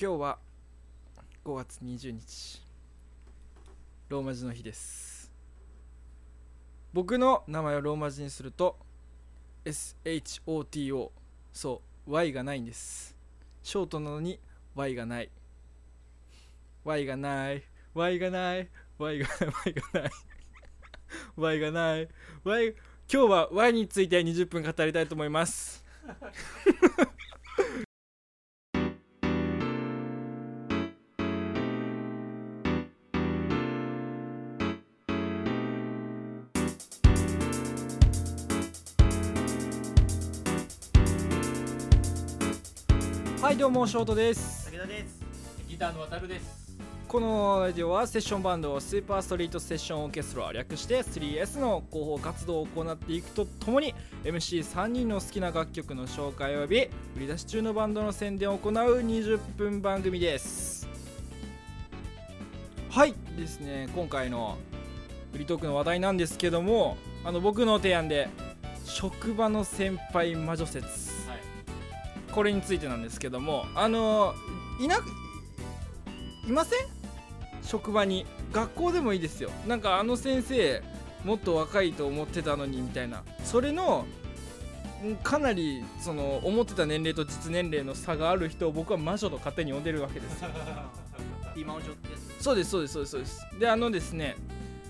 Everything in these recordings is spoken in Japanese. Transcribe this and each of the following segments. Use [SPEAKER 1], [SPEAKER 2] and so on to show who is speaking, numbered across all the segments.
[SPEAKER 1] 今日は5月20日ローマ字の日です僕の名前をローマ字にすると SHOTO そう Y がないんですショートなのに Y がない Y がない Y がない Y がない Y がない Y がない Y 今日は Y について20分語りたいと思いますはいどうもショートです
[SPEAKER 2] 武田です。
[SPEAKER 3] ギターの渡るです。
[SPEAKER 1] このラジオはセッションバンドスーパーストリートセッションオーケストラ略して 3S の広報活動を行っていくとともに MC3 人の好きな楽曲の紹介及び売り出し中のバンドの宣伝を行う20分番組ですはいですね今回のフリートークの話題なんですけどもあの僕の提案で職場の先輩魔女説
[SPEAKER 3] はい。
[SPEAKER 1] これについてなんですけどもあのいなくいません職場に学校でもいいですよなんかあの先生もっと若いと思ってたのにみたいなそれのんかなりその思ってた年齢と実年齢の差がある人を僕は魔女と勝手に呼んでるわけですよ
[SPEAKER 2] リマオジョです。
[SPEAKER 1] そうですそうですそうですそうですであのですね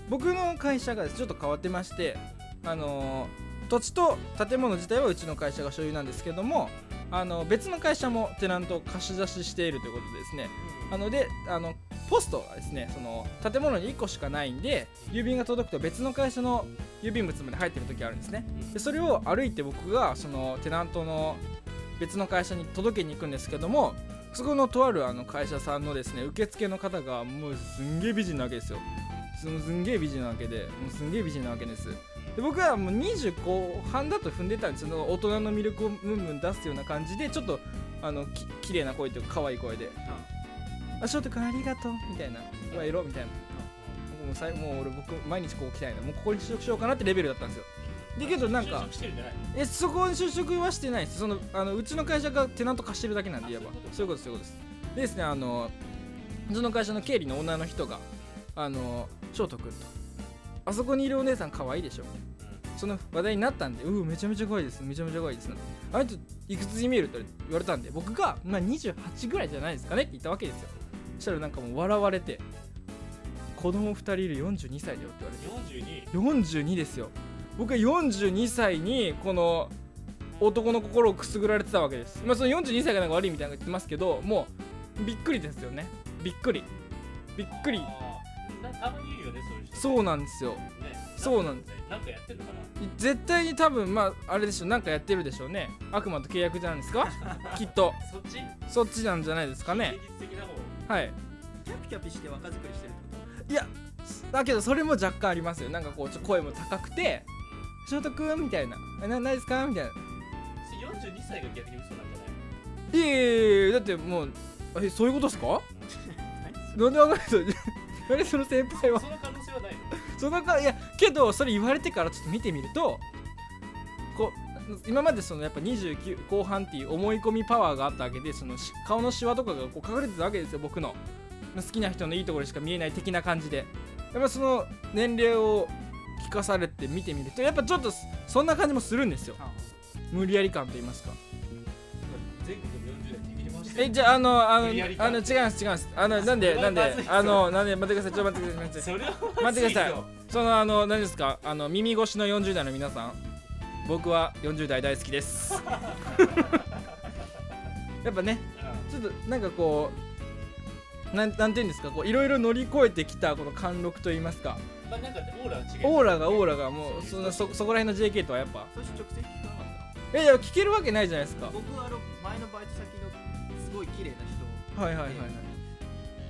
[SPEAKER 1] 僕の会社がちょっと変わってましてあの土地と建物自体はうちの会社が所有なんですけどもあの別の会社もテナントを貸し出ししているということでですねなのであのポストがですねその建物に1個しかないんで郵便が届くと別の会社の郵便物まで入ってる時あるんですねでそれを歩いて僕がそのテナントの別の会社に届けに行くんですけどもそこのとあるあの会社さんのですね受付の方がもうすんげえ美人なわけですよすすんげえ美人なわけでもうすんげえ美人なわけですで僕はもう20後半だと踏んでたんですよ大人の魅力をムンムン出すような感じでちょっとあのき綺麗な声というか可愛い声で「あ翔太君ありがとう」みたいな「うわエロ」みたいなもうさいもう俺僕毎日こう来たいなもうここに就職しようかなってレベルだったんですよでけどなん
[SPEAKER 3] 就
[SPEAKER 1] か
[SPEAKER 3] 職してるんじゃないの。
[SPEAKER 1] えそこに就職はしてないですそのあのうちの会社がテナント貸してるだけなんで
[SPEAKER 3] あ
[SPEAKER 1] 言えばそ
[SPEAKER 3] そうう
[SPEAKER 1] いこ
[SPEAKER 3] いうう
[SPEAKER 1] とですそういうことですでですねあのうちの会社の経理の女の人があの翔斗君とあそこにいるお姉さん可愛いでしょその話題になったんで、ううめちゃめちゃ可愛いです、めちゃめちゃ可愛いですなんて。あの人、いくつに見えるって言われたんで、僕が、まあ、28ぐらいじゃないですかねって言ったわけですよ。そしたらなんかもう笑われて、子供2人いる42歳だよって言われて。
[SPEAKER 3] 四十二。
[SPEAKER 1] 42ですよ僕は42歳にこの男の心をくすぐられてたわけです、まあ、その42歳がなんか悪いみたいなの言ってますけどもうびっくりですよねびっくりびっくり
[SPEAKER 3] あー。なたまにいるよねそういう人。
[SPEAKER 1] そうなんですよ
[SPEAKER 3] う。ね。
[SPEAKER 1] そうなんで
[SPEAKER 3] なんかやってるのかな。
[SPEAKER 1] 絶対に多分まああれでしょなんかやってるでしょうね悪魔と契約じゃないです かきっと
[SPEAKER 3] そっち？
[SPEAKER 1] そっちなんじゃないですかね
[SPEAKER 3] 現実的な方。
[SPEAKER 1] はい
[SPEAKER 2] キャピキャピして若作りしてるってこ
[SPEAKER 1] いやだけどそれも若干ありますよなんかこうちょ声も高くて「翔太くん」みたいな「えなないですか?」みたいな
[SPEAKER 3] 四十二歳が逆に嘘なんじゃな
[SPEAKER 1] い
[SPEAKER 3] い
[SPEAKER 1] やいやいやだってもうえそういうことですかなんでわかんないですよ 何その先輩
[SPEAKER 3] の。
[SPEAKER 1] は
[SPEAKER 3] その可能性はないの。
[SPEAKER 1] そのかいやけどそれ言われてからちょっと見てみるとこう今までそのやっぱ29後半っていう思い込みパワーがあったわけでそのし顔のシワとかがこう隠れてたわけですよ僕の好きな人のいいところしか見えない的な感じでやっぱその年齢を聞かされて見てみるとやっぱちょっとそそんな感じもするんですよ
[SPEAKER 2] と。
[SPEAKER 1] 無理やり感と言いますか
[SPEAKER 3] 全国の四十代握り回して
[SPEAKER 1] え
[SPEAKER 3] る。
[SPEAKER 1] じゃああのあのあの
[SPEAKER 3] 無
[SPEAKER 1] 違
[SPEAKER 3] 理
[SPEAKER 1] い
[SPEAKER 3] やりか
[SPEAKER 1] ます違いますあのなんで
[SPEAKER 3] それ
[SPEAKER 1] な
[SPEAKER 3] は
[SPEAKER 1] ん
[SPEAKER 3] まずい
[SPEAKER 1] で
[SPEAKER 3] ぞ
[SPEAKER 1] あのなんで待ってくださいちょっと待ってください待ってください
[SPEAKER 3] それは
[SPEAKER 1] 待ってください
[SPEAKER 3] まずぞ
[SPEAKER 1] そのあの何ですかあの耳越しの40代の皆さん僕は40代大好きです やっぱねちょっとなんかこうなんなんていうんですかこういろいろ乗り越えてきたこの貫禄といいますか
[SPEAKER 3] うんまあなんかねオーラは違う。
[SPEAKER 1] オーラがオーラがもうそんなそそこら辺の JK とはやっぱ
[SPEAKER 2] 最初直接聞かなかっ
[SPEAKER 1] いやいや聞けるわけないじゃないですか
[SPEAKER 2] た。僕はあの前のバイト先のすごい綺麗な人。
[SPEAKER 1] はいはいはいはい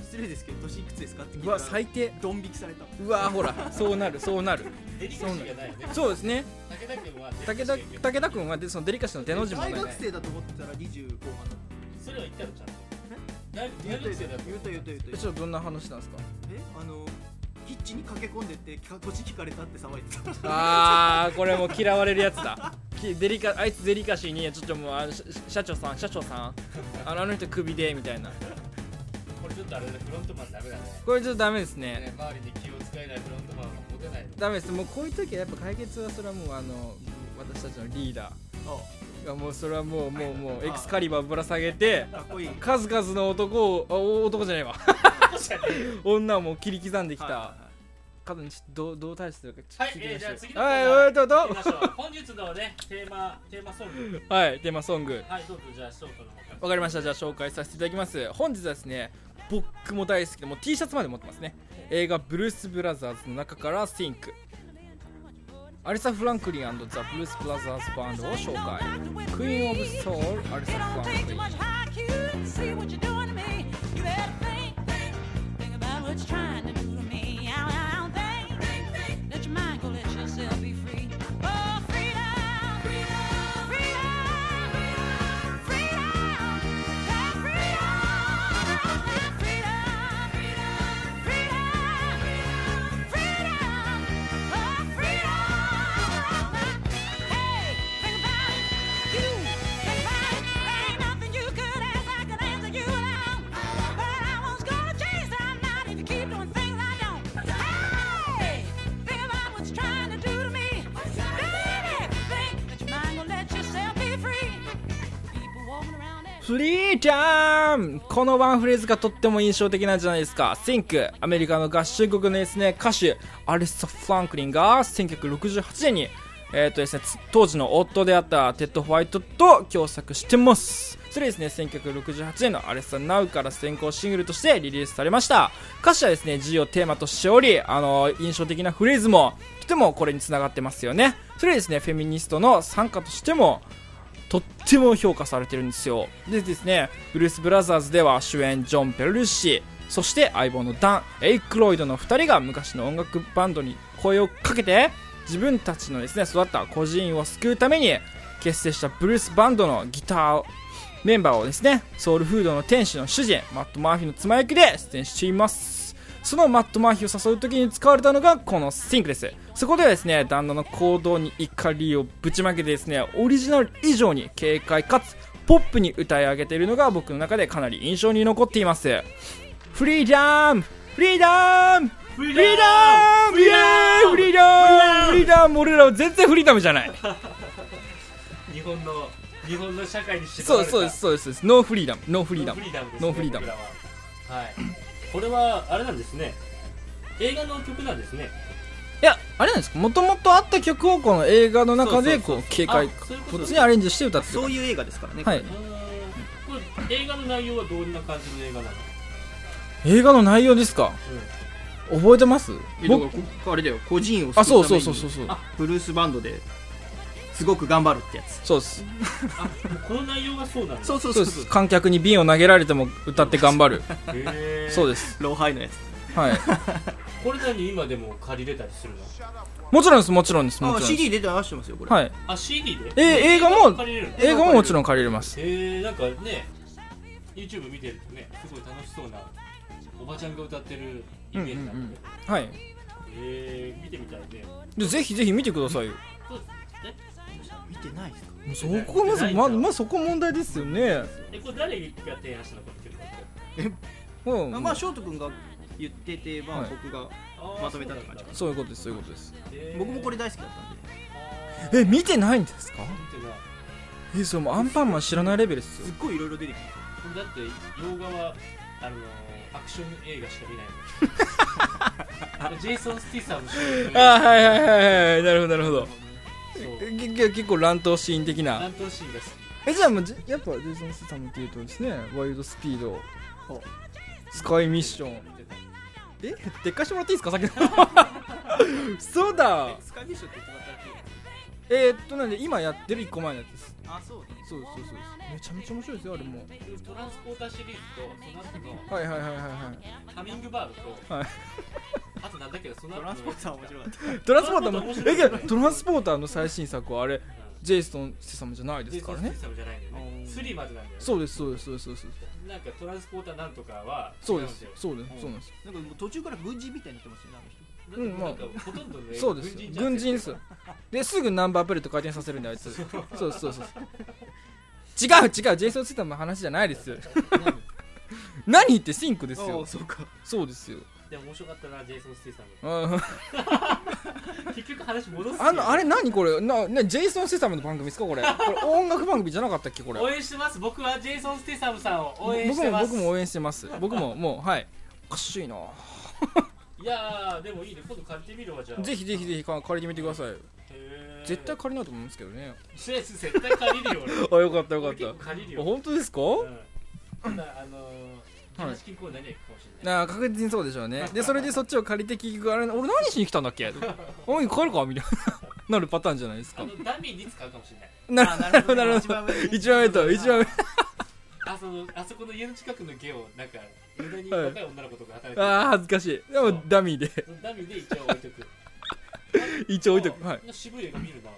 [SPEAKER 2] 失礼ですけど年いくつですかって聞いうたら。
[SPEAKER 1] わ最低
[SPEAKER 2] ドン引きされた。
[SPEAKER 1] うわほらそうなるそうなる
[SPEAKER 3] デリカシーがないよね。
[SPEAKER 1] そうですね
[SPEAKER 3] 武田君はデリカシ
[SPEAKER 1] 武
[SPEAKER 3] ー
[SPEAKER 1] 田
[SPEAKER 3] が
[SPEAKER 1] 武田君はでそのデリカシーの手の字もない
[SPEAKER 2] 大学生だと思ってたら25後半だっ
[SPEAKER 3] それは言ったのちゃんと。大
[SPEAKER 2] た。言う
[SPEAKER 3] 学
[SPEAKER 2] と言
[SPEAKER 3] 生だ
[SPEAKER 2] う
[SPEAKER 3] と
[SPEAKER 2] と言うと言うと言うと
[SPEAKER 1] えちょっとどんな話なんですか
[SPEAKER 2] えあのキッチンに駆け込んでってかこっち聞かれたって騒いでた。
[SPEAKER 1] あーこれもう嫌われるやつ だきデリカあいつデリカシーにちょっともうあのしし社長さん社長さんあのあの人クビでみたいな
[SPEAKER 3] これちょっとあれだねフロントマンダメだね
[SPEAKER 1] これちょっとダメですね
[SPEAKER 3] ね周りに気を使えないフロントマンは持てない
[SPEAKER 1] ダメですもうこういう時はやっぱ解決はそれはもうあの私たちのリーダーがもうそれはもうもうもうエクスカリバーぶら下げて
[SPEAKER 2] かっこいい
[SPEAKER 1] 数々の男をあお男じゃない わ
[SPEAKER 3] じゃねえよ
[SPEAKER 1] 女をもう切り刻んでき
[SPEAKER 2] はい
[SPEAKER 1] た
[SPEAKER 2] は
[SPEAKER 1] 方にちょっとどうどう対処するかちょ
[SPEAKER 3] は
[SPEAKER 1] っ
[SPEAKER 3] い
[SPEAKER 1] と聞い
[SPEAKER 3] え
[SPEAKER 1] て
[SPEAKER 3] ー
[SPEAKER 1] み
[SPEAKER 3] じゃあ
[SPEAKER 1] まし
[SPEAKER 3] 次
[SPEAKER 1] ょう
[SPEAKER 3] のコーナ
[SPEAKER 1] はい
[SPEAKER 3] ー
[SPEAKER 1] はいどう
[SPEAKER 3] 行きましょう本日のねテーマテーマソング
[SPEAKER 1] ぞはいテーマソング
[SPEAKER 3] はいどうぞじゃあショートの方から
[SPEAKER 1] わかりましたじゃあ紹介させていただきます本日はですね僕も大好きでもう T シャツまで持ってますね映画「ブルース・ブラザーズ」の中から「Think」アリサ・フランクリンザ・ブルース・ブラザーズ・バンドを紹介クイーン・オブ・ソウルアリ
[SPEAKER 4] It
[SPEAKER 1] サ・フラン
[SPEAKER 4] don't
[SPEAKER 1] クリ
[SPEAKER 4] take
[SPEAKER 1] ン
[SPEAKER 4] too much high Q to see what you're doing to me. You better think, think, think about what you're trying to do to me. Ow, ow, ow, think, think, think. Let your mind go, let yourself be free. Oh, freedom, freedom, freedom, freedom. Let freedom, let freedom, freedom, freedom, freedom. Oh, freedom. Hey, think about it. You think about it. There ain't nothing you could ask I could answer you now. But I was gonna change that night if you keep doing things I don't. Hey, think about what you're trying to do to me. Baby, think that your mind will let yourself be free. People walking around that.
[SPEAKER 1] フリーダムこのワンフレーズがとっても印象的なんじゃないですか Think アメリカの合衆国のですね歌手アリサ・フランクリンが1968年に、えーとですね、つ当時の夫であったテッド・ホワイトと共作してますそれですね1968年のアリサ・ナウから先行シングルとしてリリースされました歌詞はですね G をテーマとしておりあの印象的なフレーズもとてもこれにつながってますよねそれはですねフェミニストの参加としてもとっても評価されてるんですよでですねブルース・ブラザーズでは主演ジョン・ペルルッシーそして相棒のダン・エイクロイドの2人が昔の音楽バンドに声をかけて自分たちのですね育った孤児院を救うために結成したブルースバンドのギターをメンバーをですねソウルフードの店主の主人マット・マーフィーの妻役で出演していますそのマット・マーフィーを誘う時に使われたのがこの「Think」ですそこではですね旦那の行動に怒りをぶちまけてですねオリジナル以上に軽快かつポップに歌い上げているのが僕の中でかなり印象に残っていますフリーダムフリーダム
[SPEAKER 3] フリ
[SPEAKER 1] フリーダムイエーイフリーダムフリーダム俺らは全然フリーダムじゃない
[SPEAKER 3] 日本の日本の社会に縛
[SPEAKER 1] そ
[SPEAKER 3] ら
[SPEAKER 1] う
[SPEAKER 3] れた
[SPEAKER 1] そうですそうですそうですノーフリーダムノーフリーダムノ
[SPEAKER 3] ノ
[SPEAKER 1] ー
[SPEAKER 3] ー
[SPEAKER 1] フ
[SPEAKER 3] フ
[SPEAKER 1] リ
[SPEAKER 3] リ
[SPEAKER 1] ー
[SPEAKER 3] ー
[SPEAKER 1] ダ
[SPEAKER 3] ダ
[SPEAKER 1] ム
[SPEAKER 3] ムですね僕らははいこれはあれなんですね映画の曲なんですね
[SPEAKER 1] いやあれなんですかもともとあった曲をこの映画の中で
[SPEAKER 2] そう
[SPEAKER 1] こ
[SPEAKER 2] そうう
[SPEAKER 1] 軽快
[SPEAKER 3] あそういうこと
[SPEAKER 1] こっちにアレンジして歌っ
[SPEAKER 2] い
[SPEAKER 1] て
[SPEAKER 2] そう
[SPEAKER 1] る
[SPEAKER 2] いう映画ですからね
[SPEAKER 1] はい
[SPEAKER 2] これね
[SPEAKER 3] これ映画の内容はどんな感じの映画なの
[SPEAKER 1] 映画の内容ですか覚えてます
[SPEAKER 2] えだか
[SPEAKER 1] 僕
[SPEAKER 2] らここあれだよ個人を救
[SPEAKER 1] あ
[SPEAKER 2] うため
[SPEAKER 1] そう
[SPEAKER 2] に
[SPEAKER 1] そうそうそうそう
[SPEAKER 2] あブルースバンドですごく頑張るってやつ
[SPEAKER 1] そうです
[SPEAKER 3] あこの内容がそうなんだ
[SPEAKER 2] そうそ
[SPEAKER 1] そ
[SPEAKER 2] うそうう
[SPEAKER 1] で
[SPEAKER 2] そう
[SPEAKER 1] す観客に瓶を投げられても歌って頑張る
[SPEAKER 3] へー
[SPEAKER 1] そうです
[SPEAKER 2] ローハイのやつ
[SPEAKER 1] はい
[SPEAKER 3] これ何今でも借りれたりするの
[SPEAKER 1] もちろんですもちろんですも
[SPEAKER 2] あ
[SPEAKER 1] ちろんです
[SPEAKER 2] CD 出て出してますよこれ、
[SPEAKER 1] はい
[SPEAKER 3] あ CD で
[SPEAKER 1] え映画も
[SPEAKER 3] 借りれるの
[SPEAKER 1] 映画ももちろん借りれます
[SPEAKER 3] へえなんかね YouTube 見てるとねすごい楽しそうなおばちゃんが歌ってるイメージなんだけ
[SPEAKER 1] う
[SPEAKER 3] ど、
[SPEAKER 1] んうんうんはい
[SPEAKER 3] えー、見てみたいね
[SPEAKER 1] でぜひぜひ見てくださいよ
[SPEAKER 3] そうえ
[SPEAKER 2] 見てないですか
[SPEAKER 1] そこまずままずそこ問題ですよね
[SPEAKER 3] えこれ誰が提案したのこの曲だって
[SPEAKER 1] うん
[SPEAKER 2] まあ、まあ、翔斗君が言ってて、まあ
[SPEAKER 1] はい
[SPEAKER 2] 僕が
[SPEAKER 3] あー
[SPEAKER 2] まとめたって感
[SPEAKER 3] そうな
[SPEAKER 2] じ
[SPEAKER 3] んだ
[SPEAKER 1] そういうことですそういうことです
[SPEAKER 3] えー
[SPEAKER 2] 僕もこれ大好きだったんで
[SPEAKER 3] あー
[SPEAKER 1] え見てないんですか
[SPEAKER 3] 見てない
[SPEAKER 1] えそれもうアンパンマン知らないレベルです
[SPEAKER 2] す
[SPEAKER 1] よ
[SPEAKER 2] っごいいろいろ出てきて
[SPEAKER 3] これだって洋画はあのーアクション映画しか見ないのジェイソン・スティサム主演の
[SPEAKER 1] あはいはいはいはいなるほどなるほど
[SPEAKER 3] そう
[SPEAKER 1] けけ結構乱闘シーン的な
[SPEAKER 3] 乱闘シーンが好き
[SPEAKER 1] えじゃあもうじやっぱジェイソン・スタムっていうとですねワイルドスピード
[SPEAKER 2] ほう
[SPEAKER 1] スカイミッションえ撤回してもらっていいですか先の そうだ
[SPEAKER 2] スカイフィッシュって言ってた
[SPEAKER 1] えー、っとなんで今やってる1個前のやつです
[SPEAKER 2] だけあそうね
[SPEAKER 1] そうですそうですそうですめちゃめちゃ面白いですよあれも
[SPEAKER 3] トランスポーターシリーズとその後の
[SPEAKER 1] はいはいはいはいは
[SPEAKER 3] ハミングバードと、
[SPEAKER 1] はい
[SPEAKER 3] あとなんだっけどその後
[SPEAKER 2] ト
[SPEAKER 3] の
[SPEAKER 2] ランスポーターは面白かった
[SPEAKER 1] いトランスポーターも
[SPEAKER 3] 面白
[SPEAKER 1] え
[SPEAKER 3] い
[SPEAKER 1] けどトランスポーターの最新作はあれ
[SPEAKER 3] うん
[SPEAKER 1] ジェイソン・ステサムじゃないで
[SPEAKER 3] ジェイ
[SPEAKER 1] すか
[SPEAKER 3] ソン・
[SPEAKER 1] ら
[SPEAKER 3] ステ
[SPEAKER 1] ね
[SPEAKER 3] ィサムじゃないんだよ
[SPEAKER 2] う
[SPEAKER 3] ね
[SPEAKER 2] ん
[SPEAKER 3] 3までなんだよね
[SPEAKER 1] そうですそうですそうですそうです
[SPEAKER 3] なんかトランスポーターなんとかは違
[SPEAKER 1] そううんで
[SPEAKER 3] です
[SPEAKER 1] す
[SPEAKER 3] よ
[SPEAKER 1] そうですそうなんです
[SPEAKER 2] なんかもう途中から軍人みたいになってますよねあの人
[SPEAKER 3] だってもうなんかほとんどね
[SPEAKER 1] そうです
[SPEAKER 3] じゃん
[SPEAKER 1] 軍人ですよですぐナンバープレート回転させるんであいつそうそうそうそう違う違うジェイソン・ステイタムの話じゃないですよ何ってシンクです
[SPEAKER 2] あ
[SPEAKER 1] よ
[SPEAKER 2] あ そうか
[SPEAKER 1] そうですよ
[SPEAKER 3] でも面白かったなジェイソン・ステイサム
[SPEAKER 1] あ
[SPEAKER 3] 結局話戻す
[SPEAKER 1] あのあれ何これななジェイソン・セサムの番組ですかこれこれ音楽番組じゃなかったっけこれ
[SPEAKER 3] 応援してます僕はジェイソン・ステイサムさんを応援し
[SPEAKER 1] 僕
[SPEAKER 3] て
[SPEAKER 1] も
[SPEAKER 3] ます
[SPEAKER 1] 僕も応援してます僕ももうはいおかしいない
[SPEAKER 3] やーでもいいね今度借りてみるわじゃあ
[SPEAKER 1] ぜひぜひぜひか借りてみてください
[SPEAKER 3] へー
[SPEAKER 1] 絶対借りないと思うんですけどね
[SPEAKER 3] シェイス絶対借りるよ俺
[SPEAKER 1] あよかったよ
[SPEAKER 3] 俺結構借りるよ
[SPEAKER 1] 本当ですか、
[SPEAKER 3] うんただあのー
[SPEAKER 1] はい
[SPEAKER 3] 話金庫に何が行くかもしれない
[SPEAKER 1] なあ確実にそうでしょうねでそれでそっちを借りて結局あれ俺何しに来たんだっけおい帰るかみたい ななるパターンじゃないです
[SPEAKER 3] あ
[SPEAKER 1] か
[SPEAKER 3] のダミーに使うかもしれない
[SPEAKER 1] な
[SPEAKER 2] あ
[SPEAKER 1] るほどなるほ
[SPEAKER 2] 一
[SPEAKER 1] ど
[SPEAKER 2] 番上
[SPEAKER 1] 1番目と1番目
[SPEAKER 3] あそのあそこの家の近くの家をなんか無駄に若い女の子とか働いて る、
[SPEAKER 1] ああ恥ずかしいでもダミーで
[SPEAKER 3] そのダミーで一応置いとく
[SPEAKER 1] 一応置いとくはい、
[SPEAKER 3] あ渋い映画見るな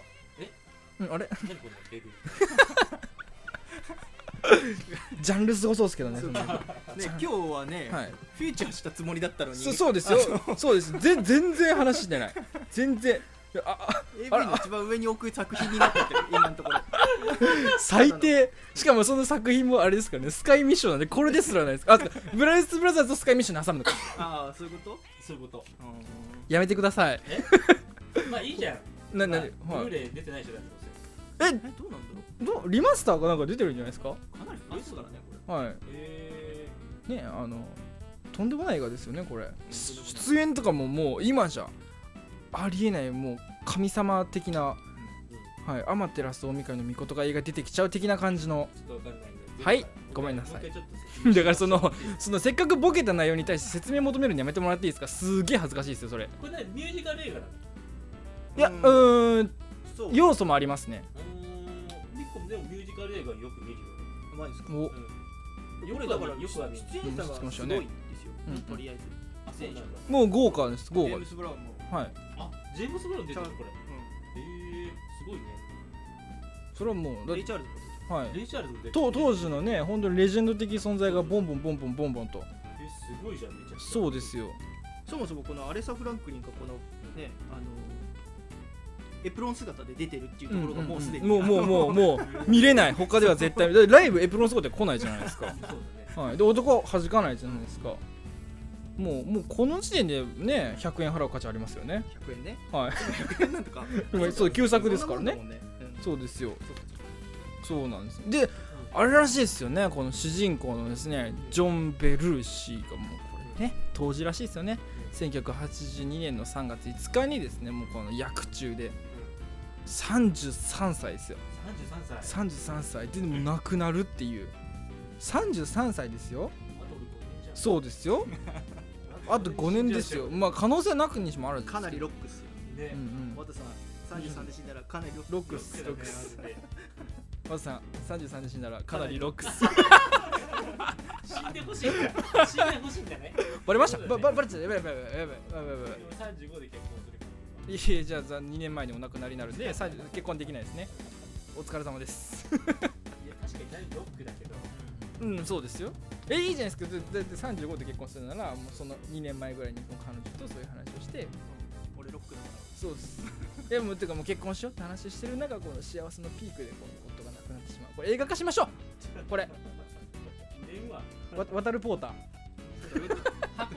[SPEAKER 1] うんあれ
[SPEAKER 3] 何このレビュー
[SPEAKER 1] ジャンルすごそうですけどねその
[SPEAKER 2] ね今日はね、
[SPEAKER 1] はい
[SPEAKER 2] フィーチャーしたつもりだったのに
[SPEAKER 1] そそうですよそうです全全然話してない全然ああ
[SPEAKER 2] AV の一番上に置く作品になって て今のところ
[SPEAKER 1] 最低しかもその作品もあれですからねスカイミッションなんでこれですらないですあブライス・ブラザーズとスカイミッションに挟むのか
[SPEAKER 2] ああそういうこと
[SPEAKER 3] そういうこと
[SPEAKER 1] やめてください
[SPEAKER 3] まあいいじゃん
[SPEAKER 1] なな
[SPEAKER 3] まあ
[SPEAKER 1] に
[SPEAKER 3] ブ
[SPEAKER 1] は
[SPEAKER 3] ルー
[SPEAKER 1] い
[SPEAKER 3] レイ出てない人だってどうせ
[SPEAKER 1] え
[SPEAKER 2] えどうなんだ
[SPEAKER 1] ど
[SPEAKER 2] ろ
[SPEAKER 1] うリマスターがなんか出てるんじゃないですか
[SPEAKER 2] うかなり古いですからねこれ
[SPEAKER 1] は
[SPEAKER 3] え
[SPEAKER 1] いねあのとんでもない映画ですよねこれ出演とかももう今じゃありえないもう神様的なはい、アマテラス大神の御事が映画出てきちゃう的な感じの
[SPEAKER 3] ー、ちょっとわかんないんで
[SPEAKER 1] はいごめんなさい
[SPEAKER 3] もう一回ちょっと説明
[SPEAKER 1] だからそのそのせっかくボケた内容に対して説明求めるのやめてもらっていいですかすげえ恥ずかしいですよそれ
[SPEAKER 3] これねミュージカル映画なの
[SPEAKER 1] いやう
[SPEAKER 2] うん
[SPEAKER 1] ーん
[SPEAKER 2] そう
[SPEAKER 1] 要素もありますね
[SPEAKER 3] うーん結構でもミュージカル映画よく見るよね
[SPEAKER 2] うまいですか
[SPEAKER 1] お
[SPEAKER 3] うんよ
[SPEAKER 2] これ
[SPEAKER 3] く
[SPEAKER 2] だ
[SPEAKER 3] は
[SPEAKER 2] から
[SPEAKER 3] 見るよくは見る
[SPEAKER 2] 出演者がすごいですよ、
[SPEAKER 1] うん
[SPEAKER 2] とりあえず
[SPEAKER 3] あそうなんだ
[SPEAKER 1] もう豪華です豪
[SPEAKER 2] ジェ
[SPEAKER 1] 華
[SPEAKER 2] ーム
[SPEAKER 1] です
[SPEAKER 2] ス・ブラウンも、
[SPEAKER 1] はい
[SPEAKER 3] あジェームス・ブラウン出てる
[SPEAKER 2] ちゃう
[SPEAKER 3] これえー、すごいね
[SPEAKER 1] それはもう
[SPEAKER 2] う
[SPEAKER 1] だ
[SPEAKER 2] ん、レイ・チャールズも
[SPEAKER 1] はい
[SPEAKER 3] レイチャールズも出てる
[SPEAKER 1] と当時のね本当にレジェンド的存在がボンボンボンボンボンボンと
[SPEAKER 3] えすごいじゃんめちゃくちゃ
[SPEAKER 1] そうですよ
[SPEAKER 2] そもそもこのアレサ・フランクリンがこのねあのエプロン姿で出てるっていうところがもうすでに、
[SPEAKER 1] もうもうもうもう見れない他では絶対だってライブエプロン姿で来ないじゃないですか
[SPEAKER 3] そうだね
[SPEAKER 1] はいで男は弾かないじゃないですかもうもうこの時点でね100円払う価値ありますよね
[SPEAKER 2] 100円ね
[SPEAKER 1] はい
[SPEAKER 2] 100円なんとか
[SPEAKER 1] 今そう旧作ですから
[SPEAKER 2] そ
[SPEAKER 1] ね
[SPEAKER 2] んなもんだもんねうん
[SPEAKER 1] そうですよそうなんですであれらしいですよねこの主人公のですねジョン・ベルーシーがもうこれね当時らしいですよね1982年の3月5日にですねもうこの役中で33歳ですよ
[SPEAKER 3] 33歳あ
[SPEAKER 1] 33歳ででも亡くなるっていう33歳ですよ
[SPEAKER 3] と5年じゃん
[SPEAKER 1] そうですよあと5年ですよまあ可能性なくにしもあるんですけ
[SPEAKER 2] か
[SPEAKER 1] ど
[SPEAKER 2] なりロックっすよ
[SPEAKER 3] ね
[SPEAKER 1] うんうん
[SPEAKER 2] 和田さん33で死んだらかなりロ
[SPEAKER 1] ロ
[SPEAKER 2] ッ
[SPEAKER 1] ッ
[SPEAKER 2] ク
[SPEAKER 1] ク
[SPEAKER 2] っ
[SPEAKER 1] ス
[SPEAKER 2] す
[SPEAKER 1] ロックス和田さん33で死んだらかなりロックス
[SPEAKER 3] 死んでほしいんだ死んでほしいんだね
[SPEAKER 1] バレました
[SPEAKER 3] そうだ
[SPEAKER 1] ばば
[SPEAKER 3] よね
[SPEAKER 1] ばれちゃうやばいやばいやばいやばいやばいやばいやばい
[SPEAKER 3] 俺35で結婚するか
[SPEAKER 1] いえいえじゃあ2年前にお亡くなりになるんで30結婚できないですねお疲れ様です
[SPEAKER 3] らいや確かにだいぶロックだけど
[SPEAKER 1] うんそうですよえいいじゃないですかだだって35で結婚するならもうその2年前ぐらいにもう彼女とそういう話をして
[SPEAKER 2] 俺ロックだから
[SPEAKER 1] そうですえもうてかもう結婚しようって話してる中この幸せのピークでこの夫が亡くなってしまうこれ映画化しましょうこれ
[SPEAKER 3] 電話
[SPEAKER 1] わ渡るポーター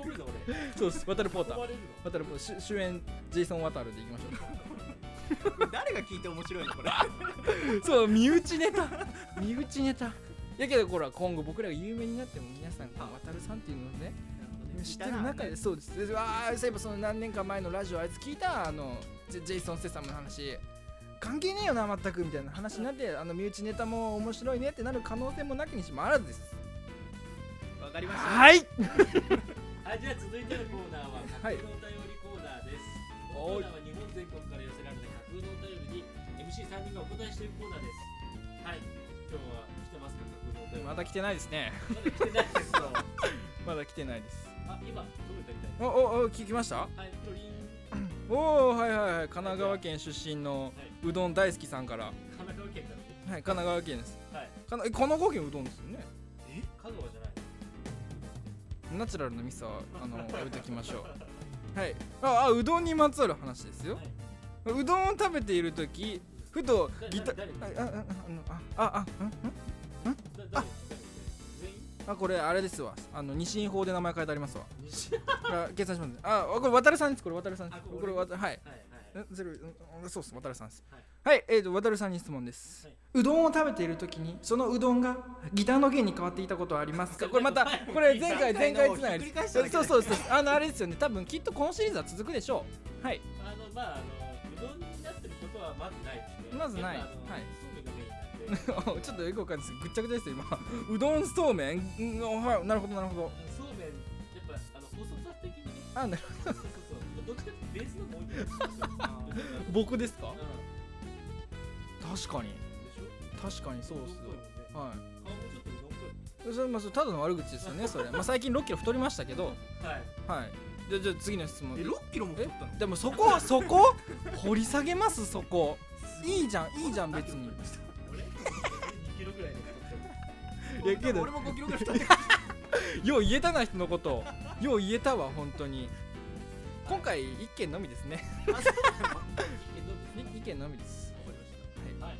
[SPEAKER 3] 運ぶの俺
[SPEAKER 1] そうです渡るポーター
[SPEAKER 3] 運ばれる
[SPEAKER 1] 渡るポーター主主演ジェイソン・ワタルでいきましょ
[SPEAKER 2] これ誰が聞いて面白いのこれ
[SPEAKER 1] うそう身内ネタ身内ネタやけどこれは今後僕らが有名になっても皆さんこの渡るさんっていうのをね知ってる中でそうですでああそういえばその何年か前のラジオあいつ聞いたあのジェジェイソン・セサムの話関係ねえよな全くみたいな話になってあの身内ネタも面白いねってなる可能性もなきにしもあらずです
[SPEAKER 2] わかりました
[SPEAKER 1] はい
[SPEAKER 3] はい、じゃあ続いてのコーナーは架空のお便りコーナーです。このコーナーは日本全国から寄せられた架空のお便りに MC3 人がお答えしているコーナーです。はい、今日は来てますか架空のお便り。
[SPEAKER 1] まだ来てないですね
[SPEAKER 3] まだ来てないですよ。
[SPEAKER 1] まだ来てないです
[SPEAKER 3] あ、今届いたみたい
[SPEAKER 1] おおお聞きました
[SPEAKER 3] はい、プリン。
[SPEAKER 1] おおはいはいはい神奈川県出身のうどん大好きさんからはい
[SPEAKER 3] 神奈川県だ
[SPEAKER 1] 神奈川県です
[SPEAKER 3] ろ。はい。
[SPEAKER 1] かなえ神奈川県うどんですよね
[SPEAKER 3] 香川じゃない。
[SPEAKER 1] ナチュラルなミスはあ の置いときましょうはいああうどんにまつわる話ですよ
[SPEAKER 3] は、
[SPEAKER 1] うどんを食べている時ふと
[SPEAKER 3] だ
[SPEAKER 1] ギター
[SPEAKER 3] だ誰
[SPEAKER 1] ああああのあああんん
[SPEAKER 3] だ誰誰全員？
[SPEAKER 1] あこれあれですわあの二進法で名前変えてありますわあ計算しますねあこれ渡るさんですこれ渡るさんです
[SPEAKER 3] あこれ
[SPEAKER 1] これわたはい
[SPEAKER 3] はいはい
[SPEAKER 1] えゼロうんそうっす渡るさんです
[SPEAKER 3] はい
[SPEAKER 1] はいえーと渡るさんに質問です、
[SPEAKER 3] はいう
[SPEAKER 1] どんを食べている時にそのうどんがギターの弦に変わっていたことはありますかこれまたこれ前回前回つながり
[SPEAKER 2] ひっくり返しただ
[SPEAKER 1] そう
[SPEAKER 2] け
[SPEAKER 1] そうそうですあのあれですよね多分きっとこのシリーズは続くでしょうはい
[SPEAKER 3] あのまああのうどんになってることはまずないですね
[SPEAKER 1] まずない
[SPEAKER 3] やっぱあの
[SPEAKER 1] はい
[SPEAKER 3] そうめんがメインなん で
[SPEAKER 1] ちょっとよくわかんないですぐっちゃぐちゃですよ今 うどんそうめんうんはいなるほどなるほど
[SPEAKER 3] あのそうめんやっぱあの細さ的にね
[SPEAKER 1] あなる
[SPEAKER 3] そうそうそうどっちかっていうとベースのもう一個ですよ
[SPEAKER 1] 僕ですか
[SPEAKER 3] うん
[SPEAKER 1] 確かに
[SPEAKER 3] でしょ
[SPEAKER 1] 確かにそうっす
[SPEAKER 3] そうですね
[SPEAKER 1] は
[SPEAKER 3] 顔もちょっとうどんっぽい
[SPEAKER 1] いそれ、まあ、それただの悪口ですよ ねそれ、まあ、最近6キロ太りましたけど
[SPEAKER 3] はい
[SPEAKER 1] はいじゃあじゃあ次の質問
[SPEAKER 2] え6キロも太ったの
[SPEAKER 1] でもそこそこ掘り下げますそこいいじゃんいいじゃん別に
[SPEAKER 3] 俺2キロぐらいの太 ってる
[SPEAKER 1] いやけど
[SPEAKER 2] 俺も5キロぐらい太ってる
[SPEAKER 1] よう言えたな人のことよう言えたわ本当に今回1件のみですね
[SPEAKER 3] えどうですか
[SPEAKER 1] 1件のみです
[SPEAKER 3] はい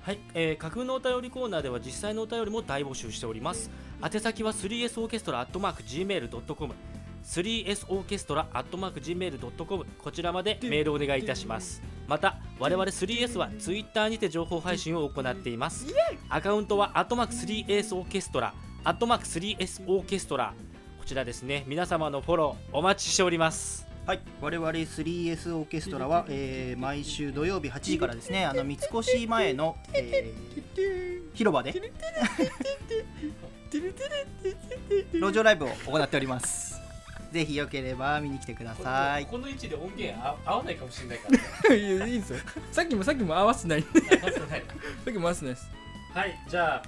[SPEAKER 5] はい、えー、架空のお便りコーナーでは実際のお便りも大募集しております宛先は 3S オーケストラアットマーク Gmail.com 3S オーケストラアットマーク Gmail.com こちらまでメールをお願いいたしますまた我々 3S は Twitter にて情報配信を行っていますアカウントはアットマーク 3S オーケストラアットマーク 3S オーケストラこちらですね皆様のフォローお待ちしております
[SPEAKER 6] はい、我々 3S オーケストラは、えー毎週土曜日8時からですねあの三越前の、えー広場で路上ライブを行っておりますぜひよければ見に来てください
[SPEAKER 3] この位置で音源あ合わないかもしれないからね
[SPEAKER 1] はいいやいいんですよさっきもさっきも合わせないさ
[SPEAKER 3] 合わせな
[SPEAKER 1] っ
[SPEAKER 3] い
[SPEAKER 1] きも合わせないです
[SPEAKER 3] はいじゃあ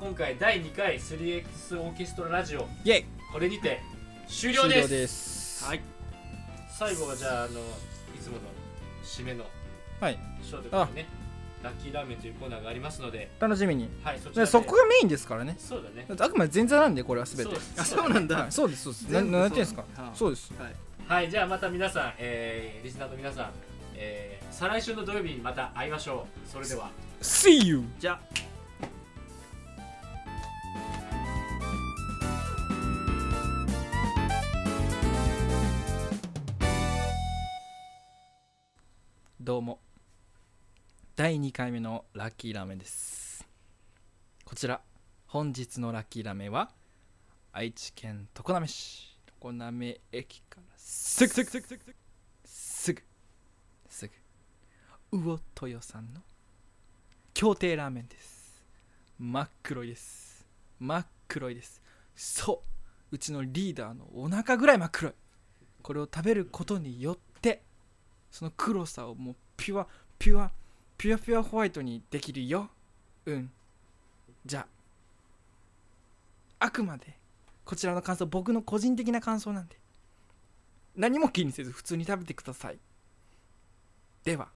[SPEAKER 3] 今回第2回 3X オーケストララジオ
[SPEAKER 1] イェイ
[SPEAKER 3] これにて終了
[SPEAKER 1] 終
[SPEAKER 3] です
[SPEAKER 1] 了です
[SPEAKER 3] はい最後はじゃああのいつもの締めの
[SPEAKER 1] はい
[SPEAKER 3] ショートからねラッキーラーメンというコーナーがありますので
[SPEAKER 1] 楽しみに
[SPEAKER 3] はいそちら
[SPEAKER 1] で
[SPEAKER 3] で
[SPEAKER 1] そこがメインですからね
[SPEAKER 3] そうだね
[SPEAKER 1] だってあくまで前座なんでこれは全て
[SPEAKER 3] そうです
[SPEAKER 2] そうなんだ
[SPEAKER 1] はい、そうですそうですな
[SPEAKER 2] 全部
[SPEAKER 1] 何やってんすか
[SPEAKER 2] そうだはい
[SPEAKER 1] そうです
[SPEAKER 3] はいじゃあまた皆さん、えー、リスナーの皆さん、えー、再来週の土曜日にまた会いましょうそれでは
[SPEAKER 1] See you!
[SPEAKER 2] じゃあ
[SPEAKER 1] どうも第2回目のラッキーラーメンですこちら本日のラッキーラーメンは愛知県常滑市常滑駅からすぐすぐすぐすぐすぐすぐ魚豊さんの協定ラーメンです真っ黒いです真っ黒いですそううちのリーダーのお腹ぐらい真っ黒いこれを食べることによってその黒さをもうピュアピュアピュアピュアホワイトにできるようんじゃああくまでこちらの感想僕の個人的な感想なんで何も気にせず普通に食べてくださいでは